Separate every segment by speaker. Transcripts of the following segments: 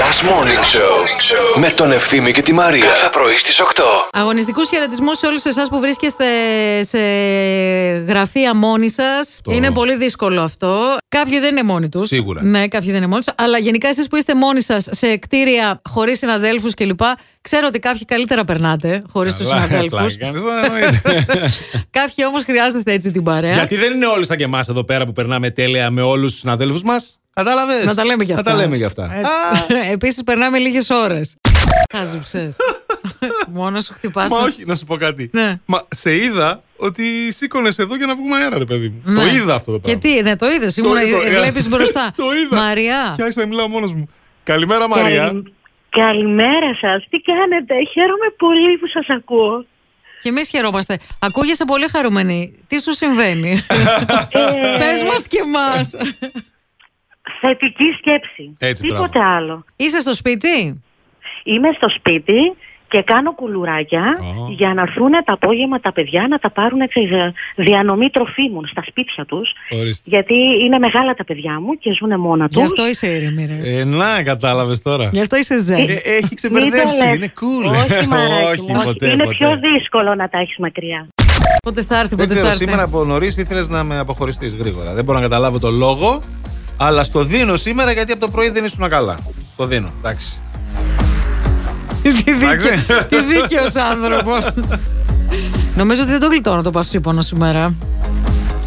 Speaker 1: Last Morning Show με τον Ευθύμη και τη Μαρία. Κάθε πρωί στις 8.
Speaker 2: Αγωνιστικού χαιρετισμού σε όλους εσάς που βρίσκεστε σε γραφεία μόνοι σας.
Speaker 3: Το-
Speaker 2: Είναι πολύ δύσκολο αυτό. Κάποιοι δεν είναι μόνοι τους.
Speaker 3: Σίγουρα.
Speaker 2: Ναι, κάποιοι δεν είναι μόνοι τους. Αλλά γενικά εσείς που είστε μόνοι σας σε κτίρια χωρίς συναδέλφους κλπ. Ξέρω ότι κάποιοι καλύτερα περνάτε χωρίς τους
Speaker 3: Καλά,
Speaker 2: συναδέλφους.
Speaker 3: πλάκα κάνεις, δεν εννοείται.
Speaker 2: κάποιοι όμως χρειάζεστε έτσι την παρέα.
Speaker 3: Γιατί δεν είναι όλοι σαν και εμάς εδώ πέρα που περνάμε τέλεια με όλους τους συναδέλφους μας. Κατάλαβες.
Speaker 2: Να τα λέμε κι αυτά.
Speaker 3: Να τα λέμε κι αυτά. Α,
Speaker 2: Επίσης, περνάμε λίγες ώρες. Χάζεψες. Μόνος σου χτυπάς.
Speaker 3: Μα όχι, να σου πω κάτι.
Speaker 2: Ναι.
Speaker 3: Μα σε είδα ότι σήκωνες εδώ για να βγούμε αέρα, ρε παιδί μου.
Speaker 2: Ναι.
Speaker 3: Το είδα αυτό το
Speaker 2: Και
Speaker 3: πράγμα.
Speaker 2: τι, ναι, το είδες.
Speaker 3: Το
Speaker 2: Ήμουν,
Speaker 3: είδα. ε,
Speaker 2: βλέπεις μπροστά.
Speaker 3: Το είδα.
Speaker 2: Μαριά.
Speaker 3: Και άρχισα να μιλάω μόνος μου. Καλημέρα, Μαρία.
Speaker 4: Καλη- Καλημέρα σας, τι κάνετε, χαίρομαι πολύ που σας ακούω.
Speaker 2: Και εμείς χαιρόμαστε. Ακούγεσαι πολύ χαρούμενη. Τι σου συμβαίνει.
Speaker 4: Ε,
Speaker 2: Πες μας και εμά.
Speaker 4: θετική σκέψη,
Speaker 3: Έτσι,
Speaker 4: τίποτε άλλο.
Speaker 2: Είσαι στο σπίτι.
Speaker 4: Είμαι στο σπίτι και κάνω κουλουράκια
Speaker 3: Ω.
Speaker 4: για να έρθουν τα απόγευμα τα παιδιά να τα πάρουν ξέρεις, ε, διανομή τροφίμων στα σπίτια τους
Speaker 3: Ορίστε.
Speaker 4: γιατί είναι μεγάλα τα παιδιά μου και ζουν μόνα
Speaker 2: Γι'
Speaker 4: τους.
Speaker 2: αυτό είσαι ήρεμη, ρε.
Speaker 3: Ε, να, κατάλαβες τώρα.
Speaker 2: Γι' αυτό είσαι ζεν.
Speaker 3: Ε, έχει
Speaker 4: Μην το
Speaker 3: ξεπερδέψει,
Speaker 4: λες.
Speaker 3: είναι cool.
Speaker 4: Όχι, μαράκι μου,
Speaker 3: Όχι,
Speaker 4: όχι.
Speaker 3: ποτέ,
Speaker 4: είναι
Speaker 3: ποτέ.
Speaker 4: πιο δύσκολο να τα έχεις μακριά.
Speaker 2: Πότε θα έρθει,
Speaker 3: Δεν
Speaker 2: πότε θα
Speaker 3: ξέρω,
Speaker 2: έρθει.
Speaker 3: σήμερα από νωρίς ήθελες να με αποχωριστείς γρήγορα. Δεν μπορώ να καταλάβω το λόγο, αλλά στο δίνω σήμερα γιατί από το πρωί δεν ήσουν καλά. Το δίνω, εντάξει.
Speaker 2: Τι
Speaker 3: Εντάξει.
Speaker 2: δίκαιο- Τι δίκαιος άνθρωπος. Νομίζω ότι δεν το γλιτώνω το παυσίπονο σήμερα.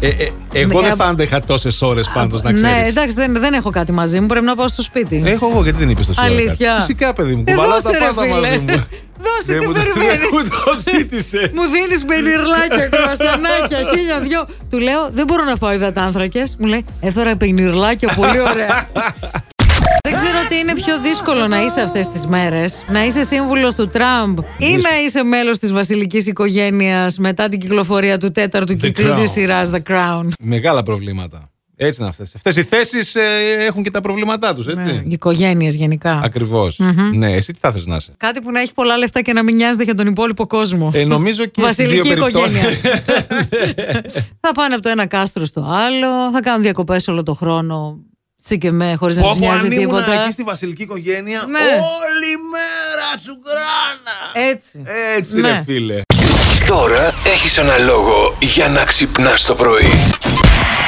Speaker 3: Ε, ε, εγώ
Speaker 2: Ναι,
Speaker 3: δεν
Speaker 2: α-
Speaker 3: θα άντεχα τόσες ώρες πάντως, να Ε.
Speaker 2: Ναι,
Speaker 3: ξέρεις.
Speaker 2: εντάξει, δεν, δεν έχω κάτι μαζί μου. Πρέπει να πάω στο σπίτι.
Speaker 3: Έχω εγώ, γιατί δεν είπες το σύνολο.
Speaker 2: Αλήθεια.
Speaker 3: Φυσικά, παιδί μου,
Speaker 2: Ε,
Speaker 3: κουβαλάω τα
Speaker 2: δώσε, ρε,
Speaker 3: πάντα
Speaker 2: φίλε.
Speaker 3: μαζί μου.
Speaker 2: Δώσε, τι
Speaker 3: Δεν
Speaker 2: Ναι.
Speaker 3: μου το-
Speaker 2: περιμένεις.
Speaker 3: δεν Μου το ζήτησε.
Speaker 2: Μου δίνεις πενιρλάκια, κρουασανάκια, χίλια δυο. Του λέω, δεν μπορώ να φάω υδατάνθρακε. Μου λέει, έφερα πενιρλάκια, πολύ ωραία. Δεν ξέρω τι είναι πιο δύσκολο να είσαι αυτές τις μέρες. Να είσαι σύμβουλος του Τραμπ ή να είσαι μέλος της βασιλικής οικογένειας μετά την κυκλοφορία του τέταρτου κύκλου
Speaker 3: Crown.
Speaker 2: της σειράς The Crown.
Speaker 3: Μεγάλα προβλήματα. Έτσι είναι αυτές. Αυτές οι θέσεις έχουν και τα προβλήματά τους, έτσι.
Speaker 2: Ναι. Οικογένειες γενικά.
Speaker 3: Ακριβω Ναι, εσύ τι θα θες να είσαι.
Speaker 2: Κάτι που να έχει πολλά λεφτά και να μην νοιάζεται για τον υπόλοιπο κόσμο.
Speaker 3: Ε, νομίζω και στις
Speaker 2: Βασιλική
Speaker 3: δύο περιπτώσεις.
Speaker 2: οικογένεια. θα πάνε από το ένα κάστρο στο άλλο, θα κάνουν διακοπές όλο το χρόνο. Τσι και με, χωρίς να
Speaker 3: Πω,
Speaker 2: του
Speaker 3: πω, αν
Speaker 2: νοιάζει
Speaker 3: ήμουν
Speaker 2: τίποτα.
Speaker 3: εκεί στη βασιλική οικογένεια,
Speaker 2: Ναι.
Speaker 3: όλη μέρα τσουγκράνα.
Speaker 2: Έτσι.
Speaker 3: Έτσι
Speaker 2: Ναι.
Speaker 3: ρε φίλε.
Speaker 1: Τώρα έχεις ένα λόγο για να ξυπνάς το πρωί.